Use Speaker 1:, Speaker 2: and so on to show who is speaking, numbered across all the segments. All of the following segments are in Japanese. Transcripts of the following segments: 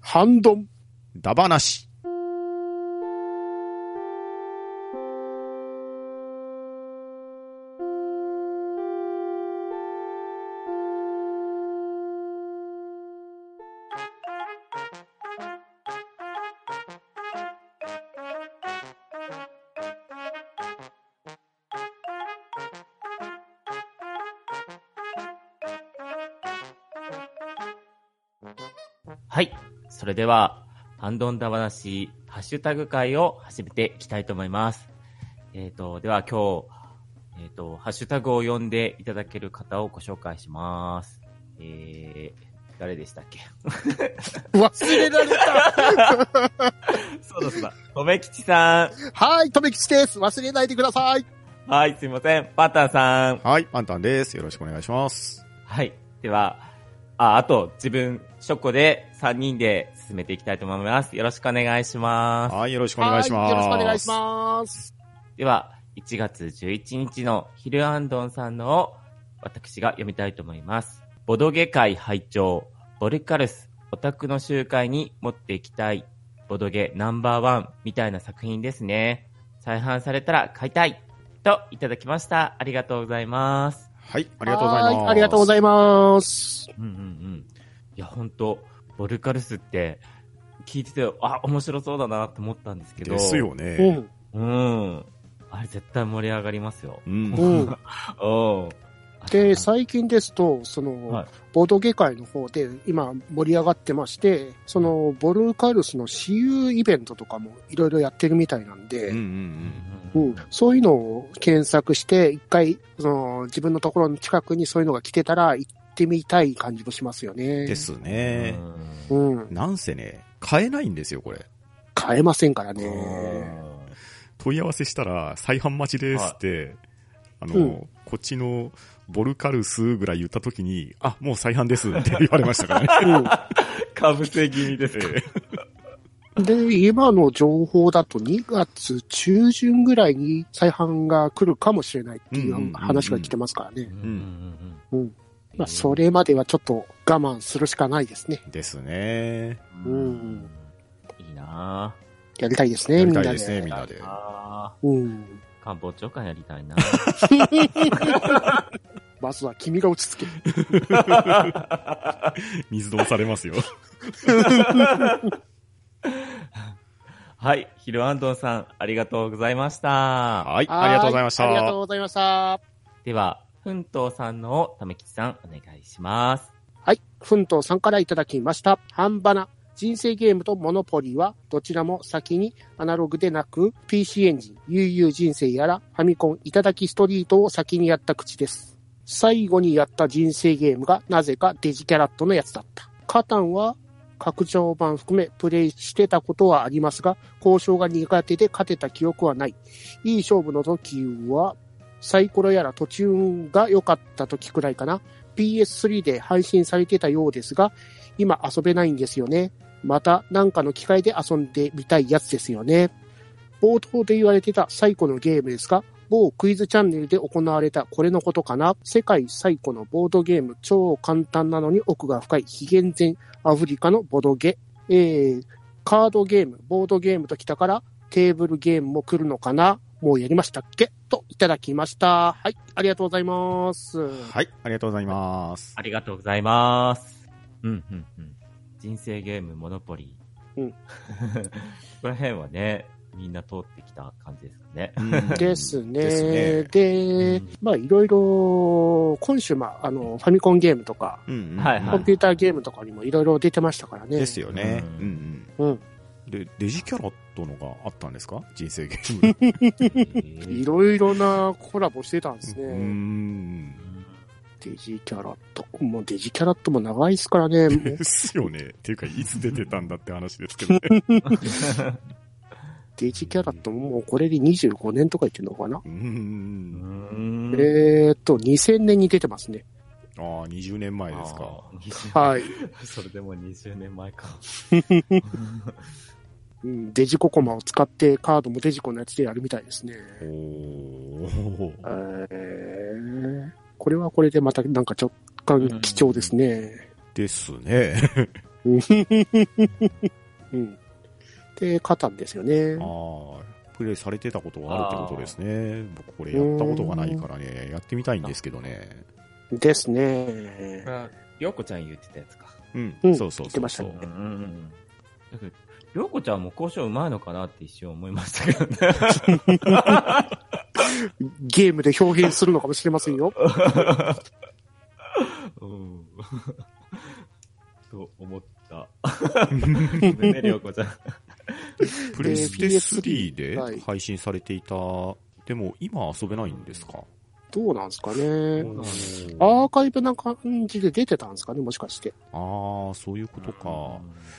Speaker 1: ハンドン。
Speaker 2: ダバなし。
Speaker 3: はい。それでは、ハンドンダ話、ハッシュタグ会を始めていきたいと思います。えっ、と、では今日、えっ、と、ハッシュタグを呼んでいただける方をご紹介します。えー、誰でしたっけ
Speaker 1: 忘れられ た。
Speaker 3: そうだそうだ。とめきちさ
Speaker 1: はい、とめきちです。忘れないでください。
Speaker 3: ん。はい、すいません。パターさん。
Speaker 2: はい、パンタンです。よろしくお願いします。
Speaker 3: はい。では、あ、あと、自分、ショコで3人で進めていきたいと思います。よろしくお願いします。
Speaker 2: はい、よろしくお願いします。
Speaker 1: はよろしくお願いします。
Speaker 3: では、1月11日のヒルアンドンさんのを私が読みたいと思います。ボドゲ会拝聴ボルカルス、オタクの集会に持っていきたい。ボドゲナンバーワンみたいな作品ですね。再販されたら買いたい。と、いただきました。ありがとうございます。
Speaker 2: はい、ありがとうございま
Speaker 1: は
Speaker 2: す。
Speaker 1: ありがとうございます。
Speaker 3: うんうんうん。いや、ほんと、ボルカルスって、聞いてて、あ、面白そうだなって思ったんですけど。
Speaker 2: です。よ
Speaker 1: う
Speaker 2: ね。
Speaker 1: ん。
Speaker 3: うん。あれ絶対盛り上がりますよ。
Speaker 2: うん
Speaker 1: う。ん。
Speaker 3: お
Speaker 1: で、最近ですと、その、
Speaker 3: はい
Speaker 1: ボードゲ界の方で今盛り上がってまして、その、ボルカルスの私有イベントとかもいろいろやってるみたいなんで、
Speaker 2: うんう
Speaker 1: うん
Speaker 2: ん
Speaker 1: そういうのを検索して、一回その、自分のところの近くにそういうのが来てたら行ってみたい感じもしますよ
Speaker 2: う
Speaker 1: ね。
Speaker 2: ん。で。すね。
Speaker 1: うん。
Speaker 2: なんせね、買えないんですよ、これ。
Speaker 1: 買えませんから
Speaker 3: うん
Speaker 1: ね。
Speaker 2: 問い合わせしたら、再販待ちですって、あの、
Speaker 1: うん
Speaker 2: こっちのボルカルスぐらい言ったときに、あ、もう再販ですって言われましたからね。
Speaker 1: う
Speaker 3: かぶせ気味ですか。
Speaker 1: ん。で、今の情報だと2月中旬ぐらいに再販が来るかもしれないってい
Speaker 2: うんうんうんう
Speaker 1: うん話が来てますからね。
Speaker 3: ん
Speaker 1: うん。まあ、そ。れまではちょっと我慢するしかないですね。
Speaker 2: ですね。
Speaker 1: うん。
Speaker 3: いいなぁ
Speaker 1: やりたいですね、
Speaker 2: やり
Speaker 1: みん
Speaker 2: た
Speaker 1: ないで。
Speaker 2: ですね、みんなで。
Speaker 3: あ
Speaker 1: うん。
Speaker 3: ー官房長官やりたいな
Speaker 1: まずは君が落ち着け。
Speaker 2: 水道され ますよ。
Speaker 3: はい。ヒルアンドンさん、ありがとうございました。
Speaker 2: はい、ありがとうございました。
Speaker 1: はありがとう
Speaker 2: は
Speaker 1: ございました。
Speaker 3: では、ふんとうさんのためきちさん、お願いします。
Speaker 1: はい。奮闘さんからいただきました。半ばな。人生ゲームとモノポリは、どちらも先にアナログでなく、PC エンジン、悠々人生やら、ファミコン、いただきストリートを先にやった口です。最後にやった人生ゲームが、なぜかデジキャラットのやつだった。カタンは、拡張版含めプレイしてたことはありますが、交渉が苦手で勝てた記憶はない。いい勝負の時は、サイコロやら途中が良かった時くらいかな。PS3 で配信されてたようですが、今遊べないんですよね。また何かの機会で遊んでみたいやつですよね。冒頭で言われてた最古のゲームですが、某クイズチャンネルで行われたこれのことかな世界最古のボードゲーム超簡単なのに奥が深い非現前アフリカのボドゲ。えー、カードゲーム、ボードゲームときたからテーブルゲームも来るのかなもうやりましたっけといただきました。はい、ありがとうございま す。
Speaker 2: い、ありがとうございます。
Speaker 3: ありがとうございます。うん、うん、うん。人生ゲーム、モノポリー。
Speaker 1: うん。
Speaker 3: この辺はね、みんな通ってきた感じですかね。
Speaker 2: うん
Speaker 1: ですね。
Speaker 2: です
Speaker 1: で
Speaker 2: ね
Speaker 3: うん
Speaker 1: まあいろいろ、今週、まあ、あの、ファミコンゲームとか、
Speaker 2: うんうん
Speaker 3: はいは
Speaker 1: コンピューターゲームとかにもいろいろ出てましたからね。
Speaker 2: ですよね。
Speaker 3: う
Speaker 2: うん
Speaker 1: うん。
Speaker 2: うん。で、デジキャラットのがあったんですか人生ゲーム。
Speaker 1: いろいろなコラボしてたんですね。
Speaker 2: うーん。
Speaker 1: デジキャラット。もうデジキャラットも長いですからね。もう
Speaker 2: ですよね。っていうか、いつ出てたんだって話ですけどね。
Speaker 1: デジキャラットももうこれで25年とか言ってんのかな、
Speaker 2: うー。
Speaker 3: うんん
Speaker 1: えーっと、2000年に出てますね。
Speaker 2: ああ、20年前ですか。
Speaker 3: あー20
Speaker 1: はい。
Speaker 3: それでも20年前か。
Speaker 1: うんデジココマを使ってカードもデジコのやつでやるみたいですね。
Speaker 2: おー。
Speaker 1: えーこれはこれでまたなんか若干貴重ですね。
Speaker 2: ですね。
Speaker 1: うん。って方ですよね。
Speaker 2: ああ、プレイされてたことがあるってことですね。僕これやったことがないからね、やってみたいんですけどね。
Speaker 1: です
Speaker 3: こ
Speaker 1: ね
Speaker 3: れ。は、りょうこちゃん言ってたやつか。
Speaker 2: うん
Speaker 1: う、ん
Speaker 2: そうそう
Speaker 1: 言って
Speaker 2: そう
Speaker 1: まし
Speaker 2: そ
Speaker 1: た
Speaker 2: う。
Speaker 1: ね
Speaker 3: うんうんうん。だけど、りょうこちゃんも交渉うまいのかなって一瞬思いましたけどね。
Speaker 1: ゲームで表現するのかもしれませんよ。
Speaker 3: うん。と思った。ごめんね、りょうこちゃん。
Speaker 2: プレステ
Speaker 1: で PS3
Speaker 2: 3で配信されていた、でも今遊べないんですか
Speaker 1: どうなんですかね。
Speaker 3: そうなんですよ
Speaker 1: アーカイブな感じで出てたんですかね、もしかして。
Speaker 2: ああ、そういうことか。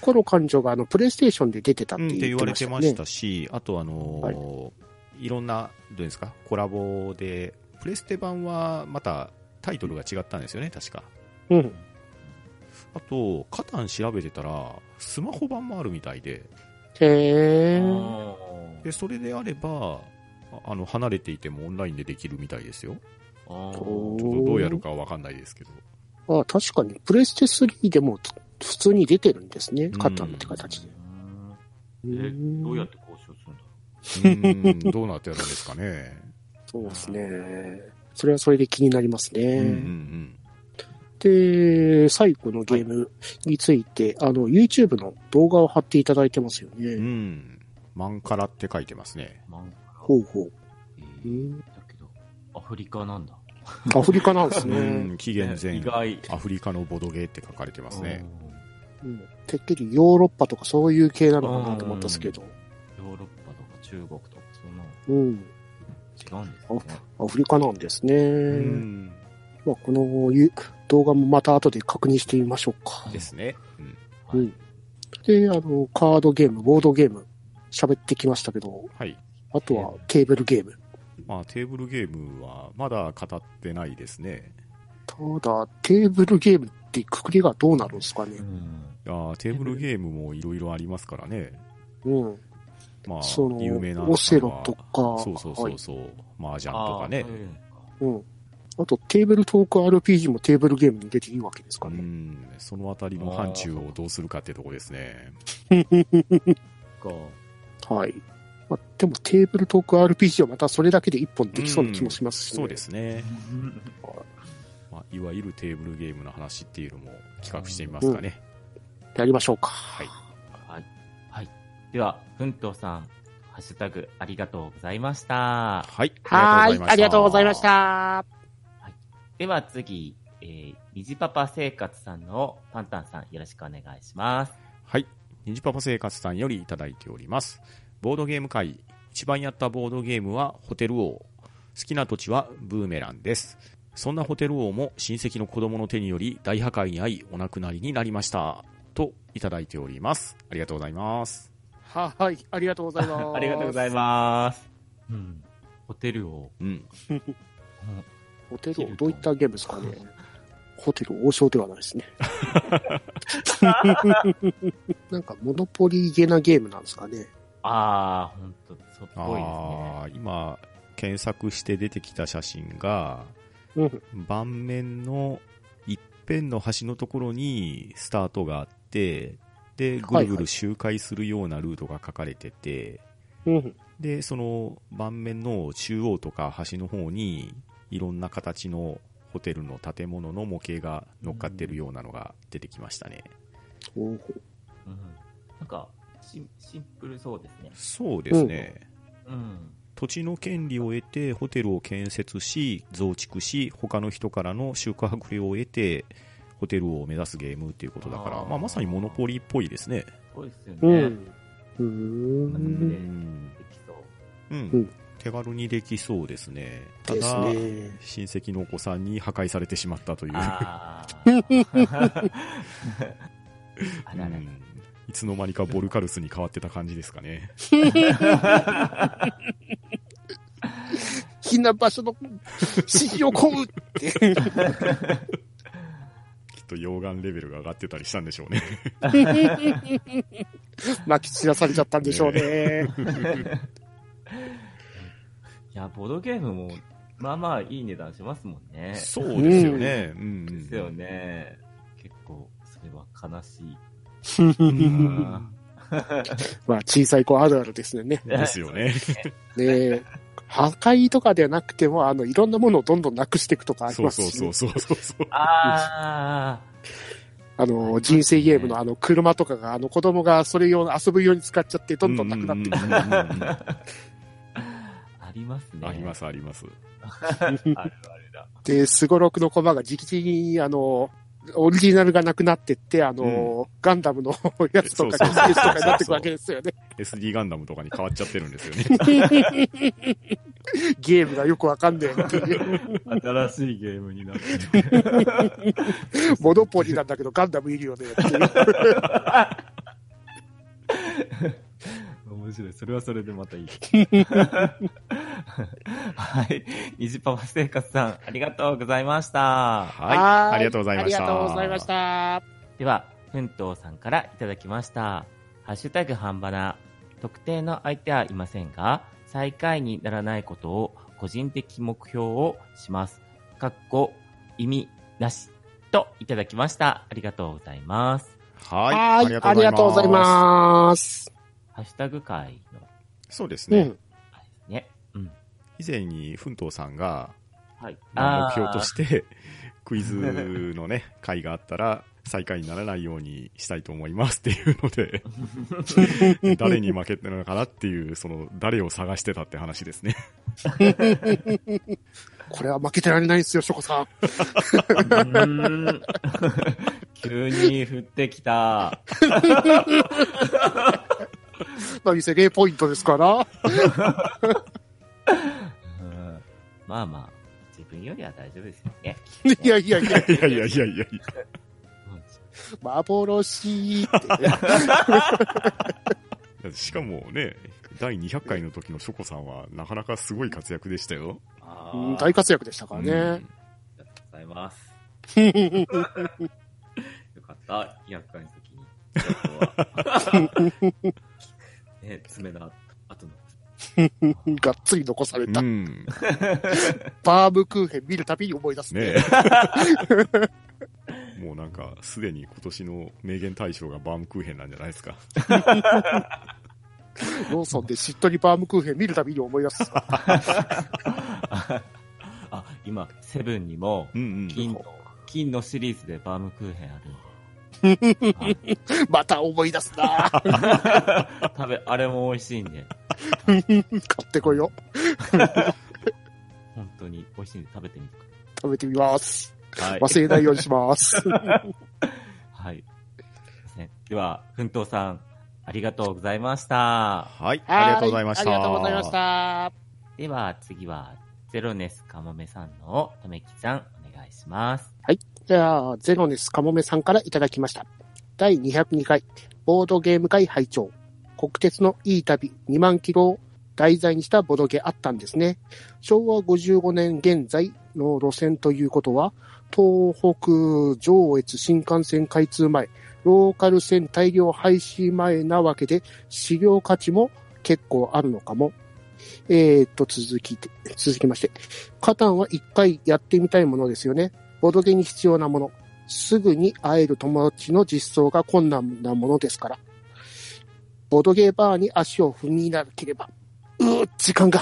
Speaker 1: コロ館長があのプレイステーションで出てたって
Speaker 2: うん、って言
Speaker 1: 言って
Speaker 2: わ
Speaker 1: ま
Speaker 2: れ
Speaker 1: してた
Speaker 2: ま
Speaker 1: ね。
Speaker 2: したし、あとあのーいろんな、どうですか、コラボで、プレステ版はまたタイトルが違ったんですよね、確か。
Speaker 1: うん。
Speaker 2: あと、カタン調べてたら、スマホ版もあるみたいで、
Speaker 1: へ
Speaker 3: うん
Speaker 1: ー。
Speaker 2: でそれであれば、ああの離れていてもオンラインでできるみたいですよ。
Speaker 3: あー
Speaker 1: こ
Speaker 2: ちょっとどうやるかは分かんないですけど。
Speaker 1: あ確かに、プレステ3でもつ普通に出てるんですね、カタンって形で。
Speaker 3: うんえ
Speaker 1: ん
Speaker 3: どうやって交渉するんだ
Speaker 2: うん、どうなってやるんですかね。
Speaker 1: そうですね。それはそれで気になりますね。
Speaker 2: うんうんうん。
Speaker 1: で、最後のゲームについて、あの、YouTube の動画を貼っていただいてますよね。
Speaker 2: うん。マンカラって書いてますね。
Speaker 3: ろう漫画
Speaker 1: ほうほう。
Speaker 3: え
Speaker 1: う
Speaker 3: ー
Speaker 1: ん
Speaker 3: だけど、アフリカなんだ。
Speaker 1: アフリカなんです
Speaker 2: う
Speaker 1: ね。
Speaker 2: ん、紀元
Speaker 3: 意
Speaker 2: 前、
Speaker 3: 外。
Speaker 2: アフリカのボドゲーって書かれてますね。
Speaker 1: うんてっきりヨーロッパとかそういう系なのかなと思ったんですけど。
Speaker 3: うん。ヨーロッパとか中国とか、そんな
Speaker 1: うん。
Speaker 3: の違うんですね。
Speaker 1: アフリカなんですね。
Speaker 2: うん。
Speaker 1: まあ、このゆ動画もまた後で確認してみましょうか。
Speaker 2: ですね。うん。
Speaker 3: はい
Speaker 1: うんで、あの、カードゲーム、ボードゲーム、喋ってきましたけど、
Speaker 2: はい。
Speaker 1: あとはケーブルゲーム。
Speaker 2: まあ、テーブルゲームはまだ語ってないですね。
Speaker 1: ただ、テーブルゲームってくくりがどうなるんですかね
Speaker 3: う。ん
Speaker 2: いやーテーブルゲームもいろいろありますからね。
Speaker 1: うん。
Speaker 2: まあ
Speaker 1: そ、
Speaker 2: 有名な
Speaker 1: の、オセロとか、
Speaker 2: そうそう
Speaker 1: は
Speaker 2: そ
Speaker 1: いう
Speaker 2: そう、麻雀とかね
Speaker 3: あーそう。いうのか
Speaker 1: うん。あと、テーブルトーク RPG もテーブルゲームに出ていいわけです
Speaker 2: う
Speaker 1: かね。
Speaker 2: ん、そのあたりの範疇をどうするかってとこですね。
Speaker 3: か
Speaker 1: はい。まあ、でも、テーブルトーク RPG はまたそれだけで一本できそうな気もしますし、ね
Speaker 2: そうですね。
Speaker 1: はい
Speaker 2: まあ、いわゆるテーブルゲームの話っていうのも企画してみますかね。
Speaker 1: やりましょうか。
Speaker 3: はい。はい。では、ふんとうさん、ハッシュタグ、ありがとうございました。
Speaker 2: はい。
Speaker 1: はい。ありがとうございまし。た。
Speaker 3: では次、えー、にじパパ生活さんのパンタンさん、よろしくお願いします。
Speaker 2: はい。にじパパ生活さんよりいただいております。ボードゲーム会。一番やったボードゲームはホテル王。好きな土地はブーメランです。そんなホテル王も親戚の子供の手により大破壊に遭いお亡くなりになりました。といただいております。ありがとうございます。
Speaker 1: はい、 ありがとうございます。
Speaker 3: ありがとうございます。うん。ホテルを。
Speaker 2: うん。
Speaker 1: す。ホテル王、どういったゲームですかね。 ホテル王将ではないです ね。なんか、モノポリーゲなゲームなんですかね。
Speaker 3: あー、ほんと、そっぽいですね。
Speaker 2: あー今、検索して出てきた写真が、
Speaker 1: うん。
Speaker 2: 盤面の一辺の端のところにスタートがあって、で、ぐ
Speaker 1: はいはい
Speaker 2: るぐる周回するようなルートが書かれてて、
Speaker 1: うん。
Speaker 2: で、その盤面の中央とか端の方に、いろんな形のホテルの建物の模型が乗っかってるようなのが出てきましたね。
Speaker 1: おー
Speaker 3: うん。なんか、シンシンプルそうですね。
Speaker 2: そうですね。
Speaker 3: うん。
Speaker 2: 土地の権利を得てホテルを建設し増築し他の人からの宿泊料を得てホテルを目指すゲームっていうことだから
Speaker 3: あー
Speaker 2: まあ、まさにモノポリーっぽいですね
Speaker 3: ぽいですよね。
Speaker 1: う
Speaker 3: で
Speaker 1: ん。うーん。
Speaker 2: ん、
Speaker 3: きそう。
Speaker 2: うん
Speaker 1: うん
Speaker 2: 手軽にできそうですねた
Speaker 1: です
Speaker 2: だ
Speaker 1: ね。
Speaker 2: 親戚のお子さんに破壊されてしまったという、
Speaker 3: あー。
Speaker 2: う
Speaker 3: あららら。
Speaker 2: んいつの間にかボルカルスに変わってた感じですかね
Speaker 1: 避難 場所の指示を込むって。
Speaker 2: きっと溶岩レベルが上がってたりしたんでしょうね
Speaker 1: 巻き散らされちゃったんでしょう ね。
Speaker 3: いや、ボードゲームも、まあまあいい値段しますもんね。
Speaker 2: そうですよね、うん
Speaker 3: ですよね。結構、それは悲しい。うん
Speaker 1: まあ、小さい子あるあるですね。
Speaker 2: ですよね。
Speaker 1: ねえ破壊とかではなくても、あの、いろんなものをどんどんなくしていくとかあり
Speaker 2: そう
Speaker 1: ます
Speaker 2: そう
Speaker 1: し
Speaker 2: そ
Speaker 1: ね、
Speaker 2: うそうそうそう。
Speaker 3: ああ。
Speaker 1: あの、人生ゲームのあの、車とかが、あの、子供がそれ用、遊ぶ用に使っちゃって、どんどんなくなっていく。
Speaker 2: っ
Speaker 3: あります ね。。
Speaker 2: ありますすあります。
Speaker 3: あるあるだ。
Speaker 1: で、スゴロクの駒が直々に、あの、オリジナルがなくなってって、あの、ガンダムのやつ
Speaker 2: そ
Speaker 1: とか、
Speaker 2: うそうそう
Speaker 1: ケースとかになってくわけですよね。
Speaker 2: SD ガンダムとかに変わっちゃってるんですよね。
Speaker 1: ゲームがよくわかんねえって いう。
Speaker 3: 新しいゲームになってる。
Speaker 1: モノポリなんだけど、ガンダムいるよねっていう。
Speaker 3: 面白い。それはそれでまたいい。 はい。虹パパ生活さん、ありがとうございました。
Speaker 2: はい。ありがとうございました。
Speaker 1: ありがとうございまし。た。
Speaker 3: では、ふんとうさんからいただきました。ハッシュタグ半ばな。特定の相手はいませんが、最下位にならないことを個人的目標をします。かっこ、意味なし。といただきました。ありがとうございます。
Speaker 2: はい。
Speaker 1: はいありがとうござい
Speaker 2: す。
Speaker 1: ます。
Speaker 3: ハッシュタグ会の、
Speaker 2: そうです
Speaker 1: う
Speaker 2: ね
Speaker 1: ん。。
Speaker 3: あれですね。うん。
Speaker 2: 以前に、奮闘さんが、
Speaker 3: はい。
Speaker 2: まあ目標として、 クイズのね、 会があったら、最下位にならないようにしたいと思いますっていうので、 誰に負けてるのかなっていう、その、誰を探してたって話です ね。
Speaker 1: これは負けてられないですよ、ショコさん。
Speaker 3: うーん 急に降ってきた。
Speaker 1: まあ、店0ポイントですから。
Speaker 3: うんまあまあ、自分よりは大丈夫ですよね。
Speaker 1: いやいやい
Speaker 2: いや
Speaker 1: や、
Speaker 2: いやいやいやいや。
Speaker 1: 幻って
Speaker 2: しかもね、第200回の時のショコさんは、なかなかすごい活躍でしたよ。
Speaker 3: あ
Speaker 1: うん
Speaker 3: ー
Speaker 1: 大活躍でしたからね。
Speaker 2: うん
Speaker 3: ありがとうござい ます。よかった、200回の時に。 ね、爪の後の。
Speaker 1: がっつり残された。
Speaker 2: うん。
Speaker 1: バームクーヘン見るたびに思い出すね。
Speaker 2: ね え。もうなんか、すでに今年の名言大賞がバームクーヘンなんじゃないですか。
Speaker 1: ローソンでしっとりバームクーヘン見るたびに思 い出す。
Speaker 3: あ、今、セブンにも、
Speaker 2: うん
Speaker 3: 金の、金のシリーズでバームクーヘン あるんで。はい
Speaker 1: また思い出すな。買
Speaker 3: 食べ、あれも美味しいんで、
Speaker 1: ってこいよ。
Speaker 3: 本当に美味しいんで食べてみてくだ
Speaker 1: 食べてみます。
Speaker 3: さい。はい。
Speaker 1: 忘れないように します。
Speaker 3: はい。ですねでは、奮闘さん、ありがとうございました。
Speaker 2: はい、ありがとうございました。
Speaker 1: はありがとうございまし。た。
Speaker 3: では、次は、ゼロネスカモメさんの、とめきさん、お願いします。
Speaker 1: じゃあ、ゼロネスカモメさんからいただきました。第202回、ボードゲーム会拝聴国鉄のいい旅2万キロを題材にしたボドゲあったんですね。昭和55年現在の路線ということは、東北上越新幹線開通前、ローカル線大量廃止前なわけで、資料価値も結構あるのかも。えー、っと、続きて、続きまして。カタンは一回やってみたいものですよね。ボドゲに必要なもの、すぐに会える友達の実装が困難なものですから。ボドゲバーに足を踏みなければ、うー、時間が。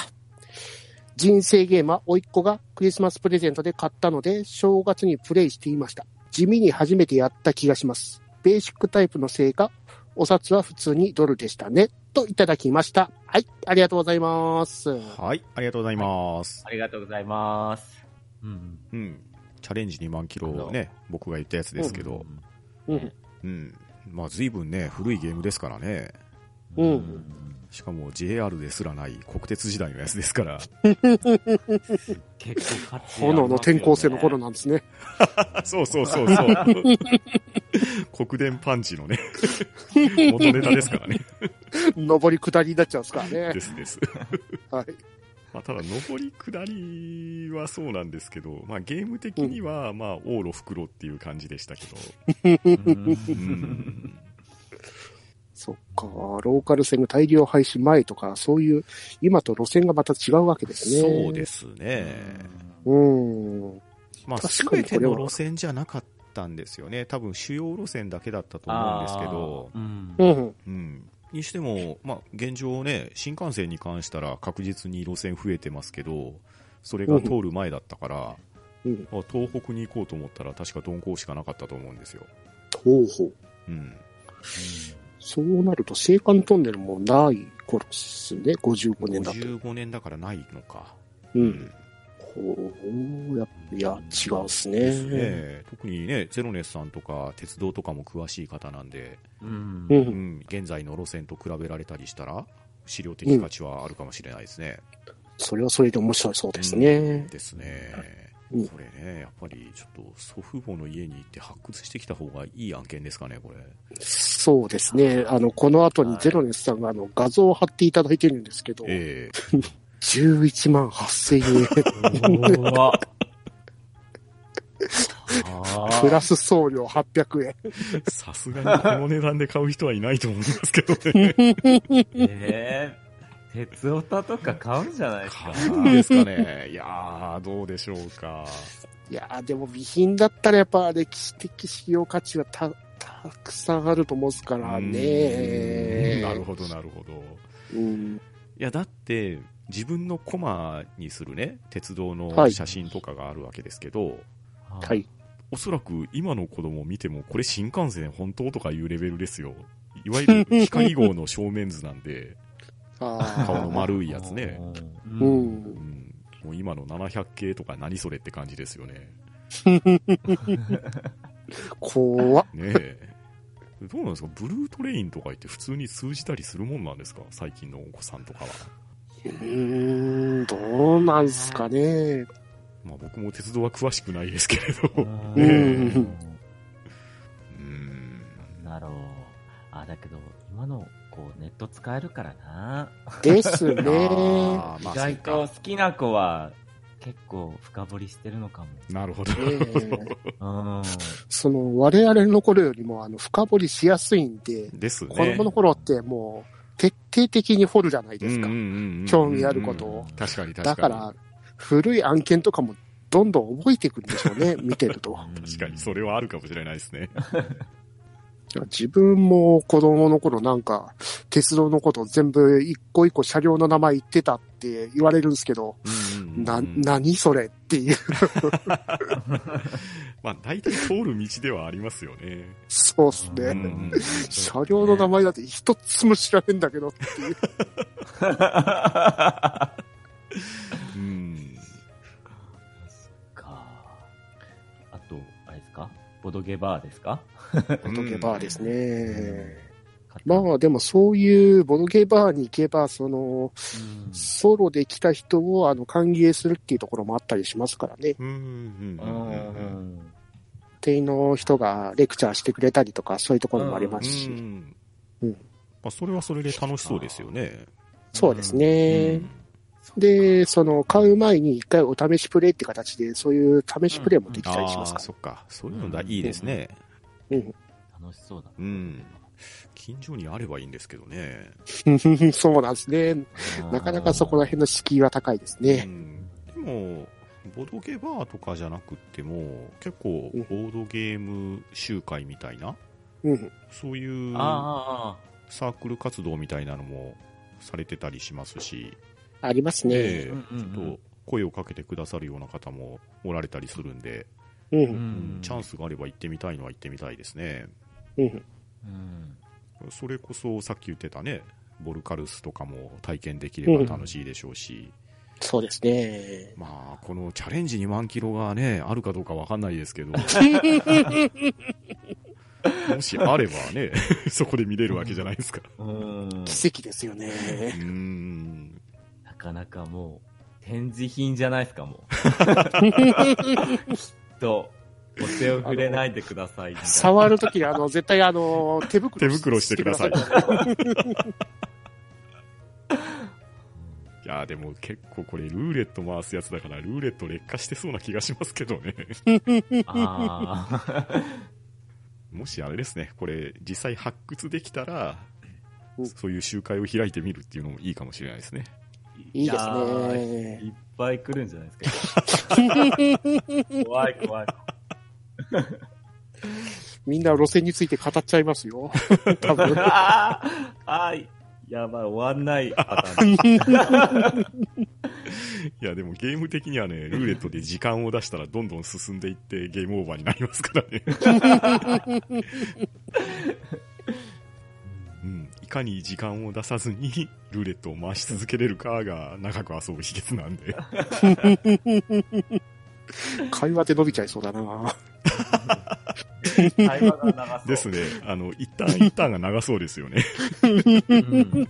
Speaker 1: 人生ゲームは甥っ子がクリスマスプレゼントで買ったので、正月にプレイしていました。地味に初めてやった気がします。ベーシックタイプのせいか、お札は普通にドルでしたね。といただきました。はい、ありがとうございます。
Speaker 2: はい、ありがとうございます。
Speaker 3: ありがとうございます。うん。
Speaker 2: うん。チャレンジ2万キロをね、僕が言ったやつですけど、
Speaker 1: うん、
Speaker 2: うん。まあ、随分ね、古いゲームですからね。
Speaker 1: うん
Speaker 2: しかも JR ですらない国鉄時代のやつですから、
Speaker 3: 結構活躍
Speaker 1: 炎の転校生の頃
Speaker 3: の。
Speaker 1: なんですね。
Speaker 2: そうそうそうそう。国電パンチのね、元ネタですからね。
Speaker 1: 上り下りになっちゃうんですからね
Speaker 2: で。すです。
Speaker 1: はい。
Speaker 2: まあ、ただ、上り下りはそうなんですけど、まあ、ゲーム的には、まあ、往路袋っていう感じでしたけど、うん
Speaker 1: そっか、ローカル線が大量廃止前とか、そういう、今と路線がまた違うわけですね。
Speaker 2: そうです
Speaker 3: え
Speaker 2: ね。
Speaker 1: うん。
Speaker 2: まあ、す
Speaker 1: 確か
Speaker 2: べ
Speaker 1: にこ
Speaker 2: て
Speaker 1: れは
Speaker 2: の路線じゃなかっったんですよね。多分主要路線だけだったと思うんですけど、
Speaker 3: あーうん
Speaker 1: うんうん。
Speaker 2: うん。にしても、まあ、現状ね、新幹線に関したら確実に路線増えてますけど、それが通る前だったから、
Speaker 1: うん
Speaker 2: あ東北に行こうと思ったら確か鈍行しかなかったと思うんですよ。
Speaker 1: ほうほう。
Speaker 2: うん。
Speaker 1: そうなると、青函トンネルもない頃ですね、55年だと。
Speaker 2: 55年だからないのか。
Speaker 1: うん。ほう、やっぱいや、違うっすね。
Speaker 2: ですね、特にね、ゼロネスさんとか鉄道とかも詳しい方なんで、
Speaker 3: うん
Speaker 1: う。
Speaker 2: うんん、現在の路線と比べられたりしたら、資料的価値はあるかもしれないですね。
Speaker 1: それはそれで面白いそうです
Speaker 2: う
Speaker 1: ね
Speaker 2: ん。ですね。
Speaker 1: うん
Speaker 2: これね、やっぱりちょっと祖父母の家に行って発掘してきた方がいい案件ですかね、これ。
Speaker 1: そうですね。あの、この後にゼロネスさんがあの画像を貼っていただいてるんですけど、
Speaker 2: え
Speaker 1: 11万8000円、
Speaker 3: うわあー
Speaker 1: プラス送料800円。
Speaker 2: えさすがにこの値段で買う人はいないと思いますけどね。
Speaker 3: えー、鉄オタとか買うんじゃないですか
Speaker 2: 買うんですかね。いやー、どうでしょうか。
Speaker 1: いやーでも備品だったらやっぱ歴史的使用価値はた、たくさんあると思うんですから
Speaker 2: う
Speaker 1: ね
Speaker 2: ん。なるほど、なるほど。
Speaker 1: ど。うん。
Speaker 2: いやだって自分のコマにするね鉄道
Speaker 1: は
Speaker 2: の
Speaker 1: い
Speaker 2: 写真とかがあるわけですけど、
Speaker 1: は。い。
Speaker 2: おそらく今の子供を見てもこれ新幹線本当とかいうレベルですよいわゆる光号の正面図なんで、
Speaker 1: あ
Speaker 2: 顔の
Speaker 1: あ。
Speaker 2: 丸いやつね。
Speaker 3: うん
Speaker 1: う。
Speaker 2: うんん、もう今の700系とか何それって感じですよね
Speaker 1: 怖っ
Speaker 2: ねえどうなんですかブルートレインとか言って普通に通じたりするもんなんですか最近のお子さんとかは、
Speaker 1: うーん、どうなんすかね。
Speaker 2: まあ、僕も鉄道は詳しくないですけれど
Speaker 1: う
Speaker 2: ねえ
Speaker 1: ん。
Speaker 2: うん
Speaker 3: なんだろう。あ、だけど、今の、こう、ネット使えるからな。
Speaker 1: ですね。
Speaker 2: あーまあ
Speaker 3: 意外
Speaker 2: そうか
Speaker 3: と好きな子は、結構深掘りしてるのか
Speaker 2: なるほど
Speaker 1: ね
Speaker 3: も。うん。
Speaker 1: その我々の頃よりもあの深掘りしやすいんで、
Speaker 2: ですね。
Speaker 1: 子供の頃ってもう徹底的に掘るじゃないですか。
Speaker 2: うんうんうんうん
Speaker 1: 興味あることを。
Speaker 2: 確かに確かに。
Speaker 1: だから、古い案件とかもどんどん覚えていくんでしょ うね、見てると。
Speaker 2: 確かに、それはあるかもしれないですね。
Speaker 1: 自分も子供の頃なんか、鉄道のこと全部一個一個車両の名前言ってたって言われるんですけど、な、何それっていう、
Speaker 2: まあ、大体通る道ではありますよね。
Speaker 1: そうっす
Speaker 3: う
Speaker 1: ね。
Speaker 2: ん
Speaker 1: 車両の名前だって一つも知らねえんだけどっていう。
Speaker 2: うん。
Speaker 3: か。あと、あれですかボドゲバーですか
Speaker 1: おとけバーですね。
Speaker 3: 買った
Speaker 1: まあでもそういうボドゲバーに行けば、その、
Speaker 3: うん
Speaker 1: ソロで来た人をあの歓迎するっていうところもあったりしますからね。
Speaker 2: うんうんうんうん
Speaker 1: 店員の人がレクチャーしてくれたりとか、そういうところもあります
Speaker 2: う
Speaker 1: し。
Speaker 2: ん
Speaker 1: うん
Speaker 2: まあ、それはそれで楽しそうですよね。
Speaker 1: そうです
Speaker 2: う
Speaker 1: ね。
Speaker 2: ん
Speaker 1: で、その、買う前に一回お試しプレイって形で、そういう試しプレイもできたりし
Speaker 2: あ
Speaker 1: ま
Speaker 2: あ、
Speaker 1: すから。
Speaker 2: そっか。そういうのだ、いいですね。
Speaker 3: 楽しそうだ。
Speaker 2: うん。近所にあればいいんですけどね。
Speaker 1: そうなんですね。なかなかそこら辺の敷居は高いです
Speaker 2: う
Speaker 1: ね。
Speaker 2: んでも、ボードゲバーとかじゃなくっても、結構、ボードゲーム集会みたいな、
Speaker 1: うん。
Speaker 2: そういう
Speaker 3: ああ、
Speaker 2: サークル活動みたいなのもされてたりしますし、
Speaker 1: ありますね。
Speaker 2: ええ
Speaker 3: うんうんうん
Speaker 2: ちょっと声をかけてくださるような方もおられたりするんで、
Speaker 1: う。
Speaker 3: うんん
Speaker 2: チャンスがあれば行ってみたいのは行ってみたいですね。
Speaker 1: うん。
Speaker 3: うん
Speaker 2: それこそ、さっき言ってたね、ボルカルスとかも体験できれば楽しいでしょうし、
Speaker 1: そうですね。
Speaker 2: まあ、このチャレンジ2万キロがね、あるかどうかわかんないですけ ど、もしあればね、 そこで見れるわけじゃないですか。
Speaker 3: うん
Speaker 1: 奇跡ですよ
Speaker 2: う
Speaker 1: ね。
Speaker 2: ーん。
Speaker 3: なかなかもう、展示品じゃないですか、も う。きっと、お手を触れないでください。みたいな
Speaker 1: 触るときに、あの、絶対あの、手袋
Speaker 2: 手袋してください。いや、でも結構これルーレット回すやつだから、ルーレット劣化してそうな気がしますけど ね。
Speaker 3: ああ。
Speaker 2: もしあれですね、これ実際発掘できたら
Speaker 1: うん、
Speaker 2: そういう集会を開いてみるっていうのもいいかもしれないですね。
Speaker 1: いい
Speaker 3: や
Speaker 1: で
Speaker 3: ー
Speaker 1: すね。
Speaker 3: いっ ぱい来るんじゃないですか。怖い怖い。
Speaker 1: みんな路線について語っちゃいますよ。多分。
Speaker 3: あーあー、やばい、終わんないパターン。
Speaker 2: いや、でもゲーム的にはね、ルーレットで時間を出したらどんどん進んでいってゲームオーバーになりますからね。 うん、いかに時間を出さずにルーレットを回し続けれるかが長く遊ぶ秘訣なんで。
Speaker 1: 会話で伸びちゃいそうだな。
Speaker 3: 会話が長そう。
Speaker 2: ですね。あの、一旦、一旦が長そうですよね。
Speaker 3: うん。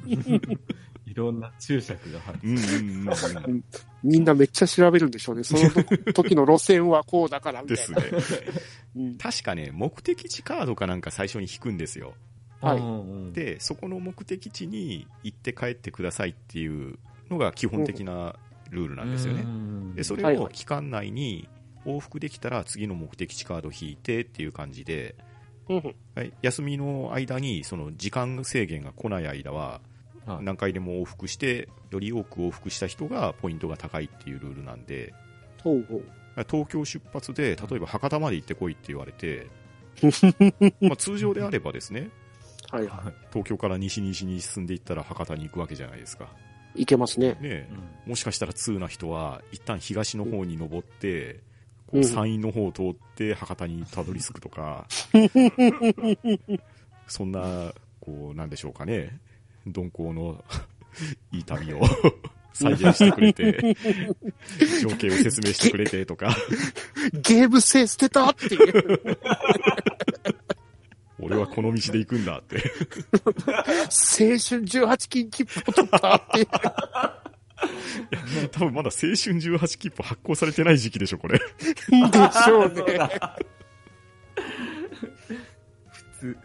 Speaker 3: いろんな注釈が入る。
Speaker 2: うんうんうん
Speaker 1: みんなめっちゃ調べるんでしょうね。その時の路線はこうだから
Speaker 2: うん。
Speaker 1: み
Speaker 2: で
Speaker 1: たい
Speaker 2: す
Speaker 1: な。
Speaker 2: ね。
Speaker 1: うん
Speaker 2: 確かね、目的地カードかなんか最初に引くんですよ。
Speaker 1: はい
Speaker 3: うんうん、
Speaker 2: で、そこの目的地に行って帰ってくださいっていうのが基本的なルールなんですよね。
Speaker 3: ね
Speaker 2: でそ
Speaker 1: は
Speaker 2: れ
Speaker 1: い
Speaker 2: を
Speaker 1: はい
Speaker 2: 期間内に往復できたら次の目的地カード引いてっていう感じで、
Speaker 1: うん
Speaker 2: はい休みの間にその時間制限が来ない間は
Speaker 3: はい
Speaker 2: 何回でも往復してより多く往復した人がポイントが高いっていうルールなんで
Speaker 1: ほうほう
Speaker 2: 東京出発で例えば博多まで行ってこいって言われ てまあ通常であればですね
Speaker 1: はいは
Speaker 2: 東京から西西に進んでいったら博多に行くわけじゃないですか、
Speaker 1: い。いけますね。
Speaker 2: ねえ
Speaker 3: うん
Speaker 2: もしかしたら通な人は、一旦東の方に登って、こ
Speaker 1: う
Speaker 2: うん山陰の方を通って博多にたどり着くと か、そんな、こう、なんでしょうかね、鈍行のいい旅 を再現してくれて、情景を説明してくれてとか、
Speaker 1: ゲーム性捨てたっていう。
Speaker 2: 俺はこの道で行くんだって。
Speaker 1: 青春18金切符を取ったっていう。
Speaker 2: 多分まだ青春18切符発行されてない時期でしょ、これ。
Speaker 1: でしょう
Speaker 3: そう
Speaker 1: ね。
Speaker 3: だ普通、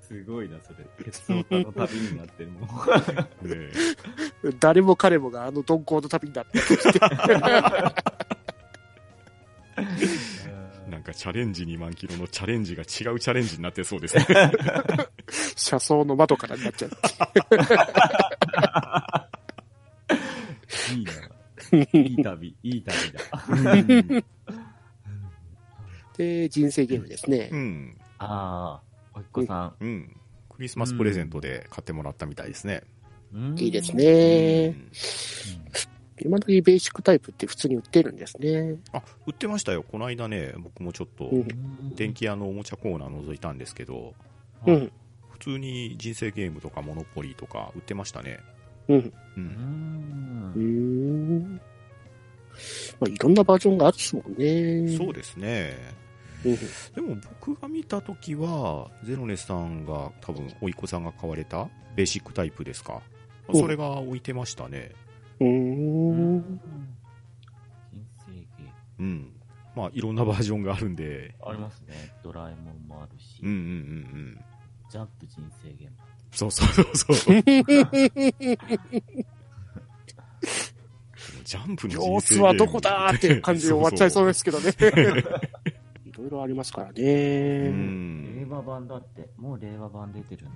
Speaker 3: すごいな、それ。鉄オタの旅になってるもん。
Speaker 2: ねえ
Speaker 1: 誰も彼もがあの鈍行の旅になってきて。
Speaker 2: なんかチャレンジ2万キロのチャレンジが違うチャレンジになってそうです ね。
Speaker 1: 車窓の窓からになっちゃう。
Speaker 3: いいな。いい旅、 いい旅だ。
Speaker 2: うん
Speaker 1: で、人生ゲームですね
Speaker 2: う。ん
Speaker 3: ああ、おいっ子さ
Speaker 2: うん。クリスマスプレゼントで買ってもらったみたいですね。
Speaker 3: ん。
Speaker 1: いいです
Speaker 2: う
Speaker 1: ね。
Speaker 2: ん
Speaker 1: 今時ベーシックタイプって普通に売ってるんですね。
Speaker 2: あ、売ってましたよ。この間ね、僕もちょっと
Speaker 1: う、ん
Speaker 3: う。ん。
Speaker 2: 電気屋のおもちゃコーナー覗いたんですけど、
Speaker 1: う
Speaker 3: はい
Speaker 1: ん。
Speaker 2: 普通に人生ゲームとかモノポリーとか売ってましたね。
Speaker 1: うん。
Speaker 2: う。
Speaker 3: うん
Speaker 1: うー
Speaker 3: ん。
Speaker 1: ん。まあ、いろんなバージョンがあるっすもんね。
Speaker 2: そうですね。
Speaker 1: うん。
Speaker 2: でも僕が見たときは、ゼロネスさんが多分、おいっ子さんが買われたベーシックタイプですか。
Speaker 1: うん
Speaker 2: それが置いてましたね。
Speaker 1: うー。
Speaker 3: うんん人生ゲ
Speaker 2: う
Speaker 3: ーム。
Speaker 2: ん。まあ、いろんなバージョンがあるんで、
Speaker 3: ありますね。ドラえもんもあるし
Speaker 2: うん、うんうんうん。
Speaker 3: ジャンプ人生ゲーム。
Speaker 2: そうそう そうそう。ジャンプの人生ゲーム
Speaker 1: 様子はどこだーっていう感じで終わっちゃいそうですけどね。 いろいろありますから
Speaker 2: う
Speaker 1: ね。
Speaker 2: ん
Speaker 3: 令和版だって、もう令和版出 てるん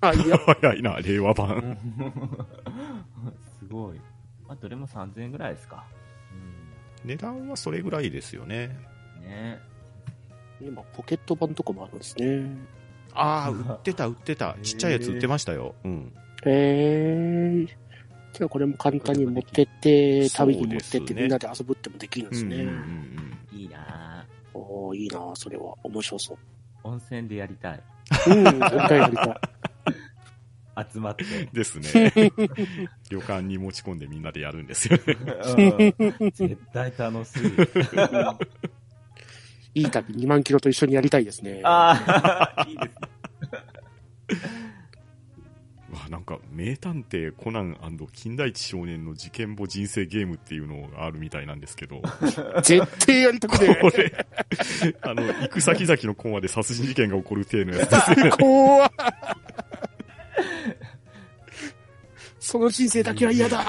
Speaker 3: だ。
Speaker 1: あ、いや、
Speaker 2: 早いな、令和版。
Speaker 3: すごい。まあ、どれも3000円ぐらいですか。
Speaker 2: 値段はそれぐらいですよね。
Speaker 3: うん、ね
Speaker 1: 今ポケット版とかもあるんですね。
Speaker 2: ああ、売ってた、売ってた
Speaker 3: へ。ー
Speaker 2: ちっちゃいやつ売ってましたよ。うん。
Speaker 1: へえ。じゃあこれも簡単に持ってって、
Speaker 2: そうで
Speaker 1: 旅
Speaker 2: すね
Speaker 1: に持ってってみんなで遊ぶってもできるんです
Speaker 2: うん
Speaker 1: ね
Speaker 2: うんう。ん
Speaker 3: いいなぁ
Speaker 1: おーいいなそれは。面白そう。
Speaker 3: 温泉でやりたい。
Speaker 1: うん、やりたいやりたい。
Speaker 3: 集まって。
Speaker 2: です ね。旅館に持ち込んでみんなでやるんですよ ね。
Speaker 3: うん絶対楽しい。
Speaker 1: いい旅2万キロと一緒にやりたいですね。
Speaker 3: ああ、いいですね。
Speaker 2: わあなんか、名探偵コナン金田一少年の事件簿人生ゲームっていうのがあるみたいなんですけど。
Speaker 1: 絶対やりたくね
Speaker 2: これ、あの、行く先々のコマで殺人事件が起こる程度 のやつですよ。
Speaker 1: え。怖っその人生だけは嫌だ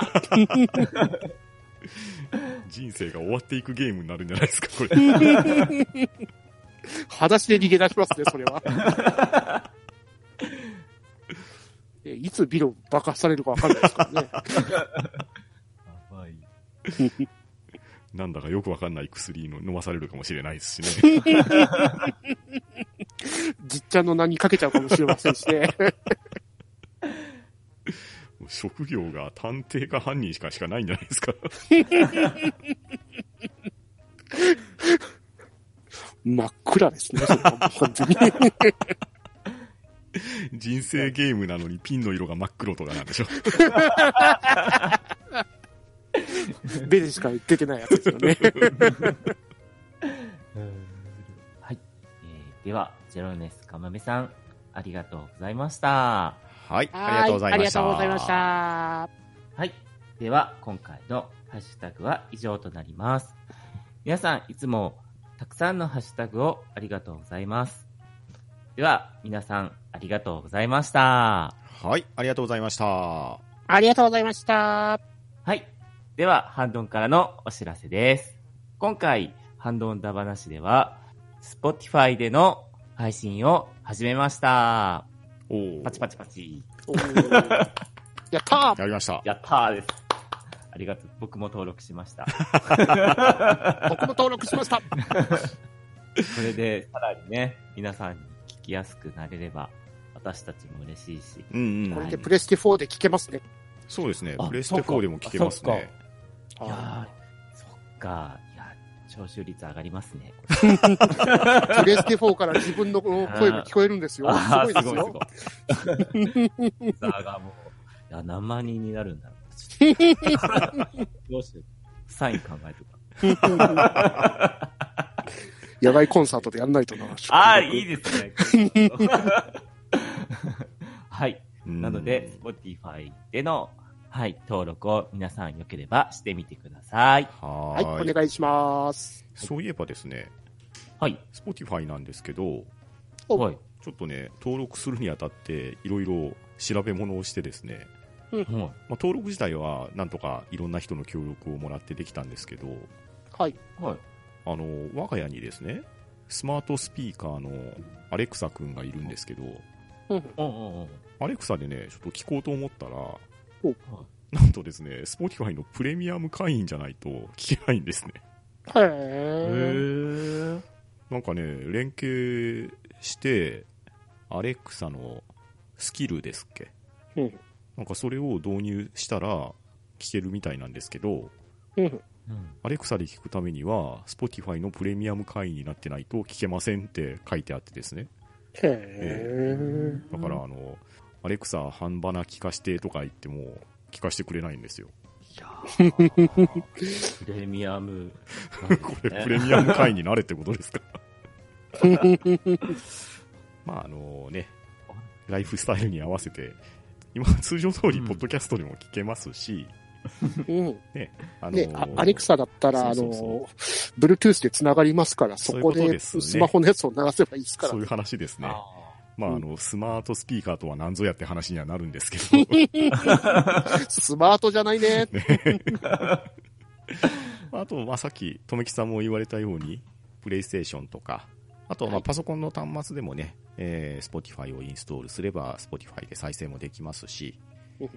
Speaker 2: 人生が終わっていくゲームになるんじゃないですか、これ。
Speaker 1: 裸足で逃げ出しますね、それは。えいつビルを爆破されるかわかんないですからね。
Speaker 3: やばい。
Speaker 2: なんだかよくわかんない薬の飲まされるかもしれないですしね。
Speaker 1: じっちゃんの名にかけちゃうかもしれませんしね。
Speaker 2: もう職業が探偵か犯人しかしかないんじゃないですか。
Speaker 1: 真っ暗ですね、そこは本当に。
Speaker 2: 人生ゲームなのにピンの色が真っ黒とかなんでしょ。
Speaker 1: ベルしか出てないやつですよね。
Speaker 3: はい。えーでは、ジェロネスかまめさん、ありがとうございました。
Speaker 2: はい、ありがとうございました。
Speaker 1: ありがとうございまし。た。
Speaker 3: はい。では、今回のハッシュタグは以上となります。皆さん、いつもたくさんのハッシュタグをありがとうございます。では、皆さん、ありがとうございました。
Speaker 2: はい、ありがとうございました。
Speaker 1: ありがとうございました。
Speaker 3: はい。では、ハンドンからのお知らせです。今回、ハンドンダ話では、Spotify での配信を始めました。
Speaker 2: おー
Speaker 3: パチパチパチ。
Speaker 1: おーやったー
Speaker 2: やりました。
Speaker 3: やったーです。ありがとう。僕も登録しました。
Speaker 1: 僕も登録しました。
Speaker 3: それで、さらにね、皆さんに聞きやすくなれれば、私たちも嬉しいし。
Speaker 2: うんう
Speaker 1: こ
Speaker 2: ん
Speaker 1: れ。でプレステ4で聞けますね。
Speaker 2: そうですね。
Speaker 3: あ
Speaker 2: プレステ4でも聞けますね。
Speaker 3: い
Speaker 1: あ
Speaker 3: やーそっか。いや、聴取率上がりますね。
Speaker 1: ープレステ4から自分の声も聞こえるんですよ。す
Speaker 3: あ
Speaker 1: ごい
Speaker 3: ー
Speaker 1: ですよ。
Speaker 3: ごい。ザーがもう、いや、何万人になるんだろう。どうしよう。 サイン考えとか。
Speaker 1: 野外コンサートでやんないとな。
Speaker 3: ああ、いいですね。はい。
Speaker 2: うん
Speaker 3: なので、Spotify での、はい、登録を皆さんよければしてみてください。
Speaker 2: は
Speaker 1: はい、
Speaker 2: ー
Speaker 1: お
Speaker 2: い。
Speaker 1: 願いします。
Speaker 2: そういえばですね、
Speaker 3: はい。
Speaker 2: Spotify なんですけど、
Speaker 1: お
Speaker 3: はい。
Speaker 2: ちょっとね、登録するにあたって、いろいろ調べ物をしてですね、
Speaker 3: はい
Speaker 2: まあ、登録自体はなんとかいろんな人の協力をもらってできたんですけど、
Speaker 1: はい。
Speaker 3: はい。
Speaker 2: あの我が家にですね、スマートスピーカーのアレクサ君がいるんですけど、
Speaker 3: うんうんうん。
Speaker 2: アレクサでね、ちょっと聞こうと思ったら、
Speaker 3: はい
Speaker 2: なんとですね、Spotify のプレミアム会員じゃないと聞けないんですね。
Speaker 1: へ
Speaker 3: へ
Speaker 1: え。
Speaker 3: ー
Speaker 2: なんかね、連携して、アレクサのスキルですっけ
Speaker 1: うん
Speaker 2: なんかそれを導入したら聞けるみたいなんですけど、
Speaker 1: うん
Speaker 3: うん
Speaker 2: アレクサで聞くためには、Spotify のプレミアム会員になってないと聞けませんって書いてあってですね。
Speaker 1: へえ。
Speaker 2: だから、あの、アレクサ、半ばな聞かしてとか言っても、聞かしてくれないんですよ。
Speaker 3: いやープレミアムなんですね。
Speaker 2: これ、プレミアム会員になれってことですか まあ、あのね、ライフスタイルに合わせて、今、通常通り、ポッドキャストでも聞けますし、
Speaker 1: うん。
Speaker 2: あの
Speaker 1: ね、あアレクサだったら、あ
Speaker 2: そうそうそう
Speaker 1: の、Bluetooth で繋がりますから、そこ
Speaker 2: そういうこと
Speaker 1: で
Speaker 2: ですね
Speaker 1: スマホのやつを流せばいいですから
Speaker 2: そうい。う話ですね。
Speaker 3: あ
Speaker 2: まあ、あの、スマートスピーカーとは何ぞやって話にはなるんですけ ど、
Speaker 1: スマートじゃないね。
Speaker 2: まああと、まあ、さっき、とめきさんも言われたように、プレイステーションとか、あと、ま
Speaker 1: は
Speaker 2: あ、
Speaker 1: い
Speaker 2: パソコンの端末でもね、えー Spotify をインストールすれば、Spotify で再生もできますし
Speaker 1: うん、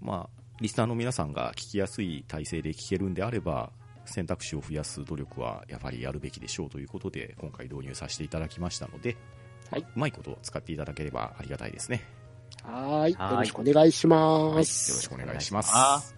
Speaker 2: まあ、リスナーの皆さんが聞きやすい体制で聞けるんであれば、選択肢を増やす努力はやっぱりやるべきでしょうということで、今回導入させていただきましたので、
Speaker 1: はいう
Speaker 2: まいことを使っていただければありがたいですね。
Speaker 1: はーい。
Speaker 3: はーい
Speaker 1: よろしくお願いし
Speaker 2: はい、よろ
Speaker 1: ま
Speaker 2: し
Speaker 1: す。
Speaker 2: くお願いします。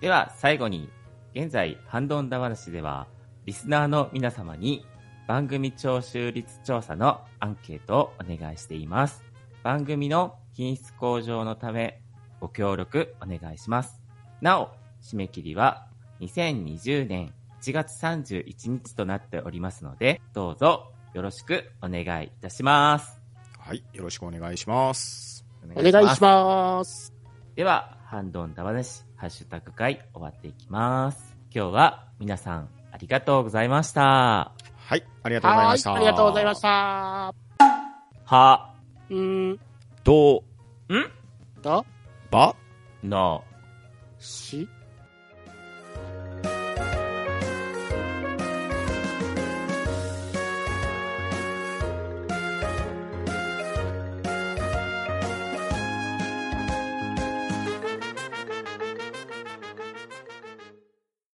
Speaker 3: ーでは、最後に、現在、ハンドンダ話では、リスナーの皆様に、番組聴取率調査のアンケートをお願いしています。番組の品質向上のため、ご協力お願いします。なお、締め切りは、2020年1月31日となっておりますので、どうぞよろしくお願いいたします。
Speaker 2: はい、よろしくお願いします。
Speaker 1: お願いします。
Speaker 3: では、ハンドンダ話、ハッシュタグ会終わっていきます。今日は皆さんありがとうございました。
Speaker 2: はい、ありがとうござい
Speaker 1: は
Speaker 2: ま
Speaker 1: ー
Speaker 2: し
Speaker 1: い。
Speaker 2: た。
Speaker 1: ありがとうございました。
Speaker 3: は、
Speaker 1: うーん
Speaker 2: ど
Speaker 1: だ、
Speaker 2: ば
Speaker 3: の、
Speaker 1: し、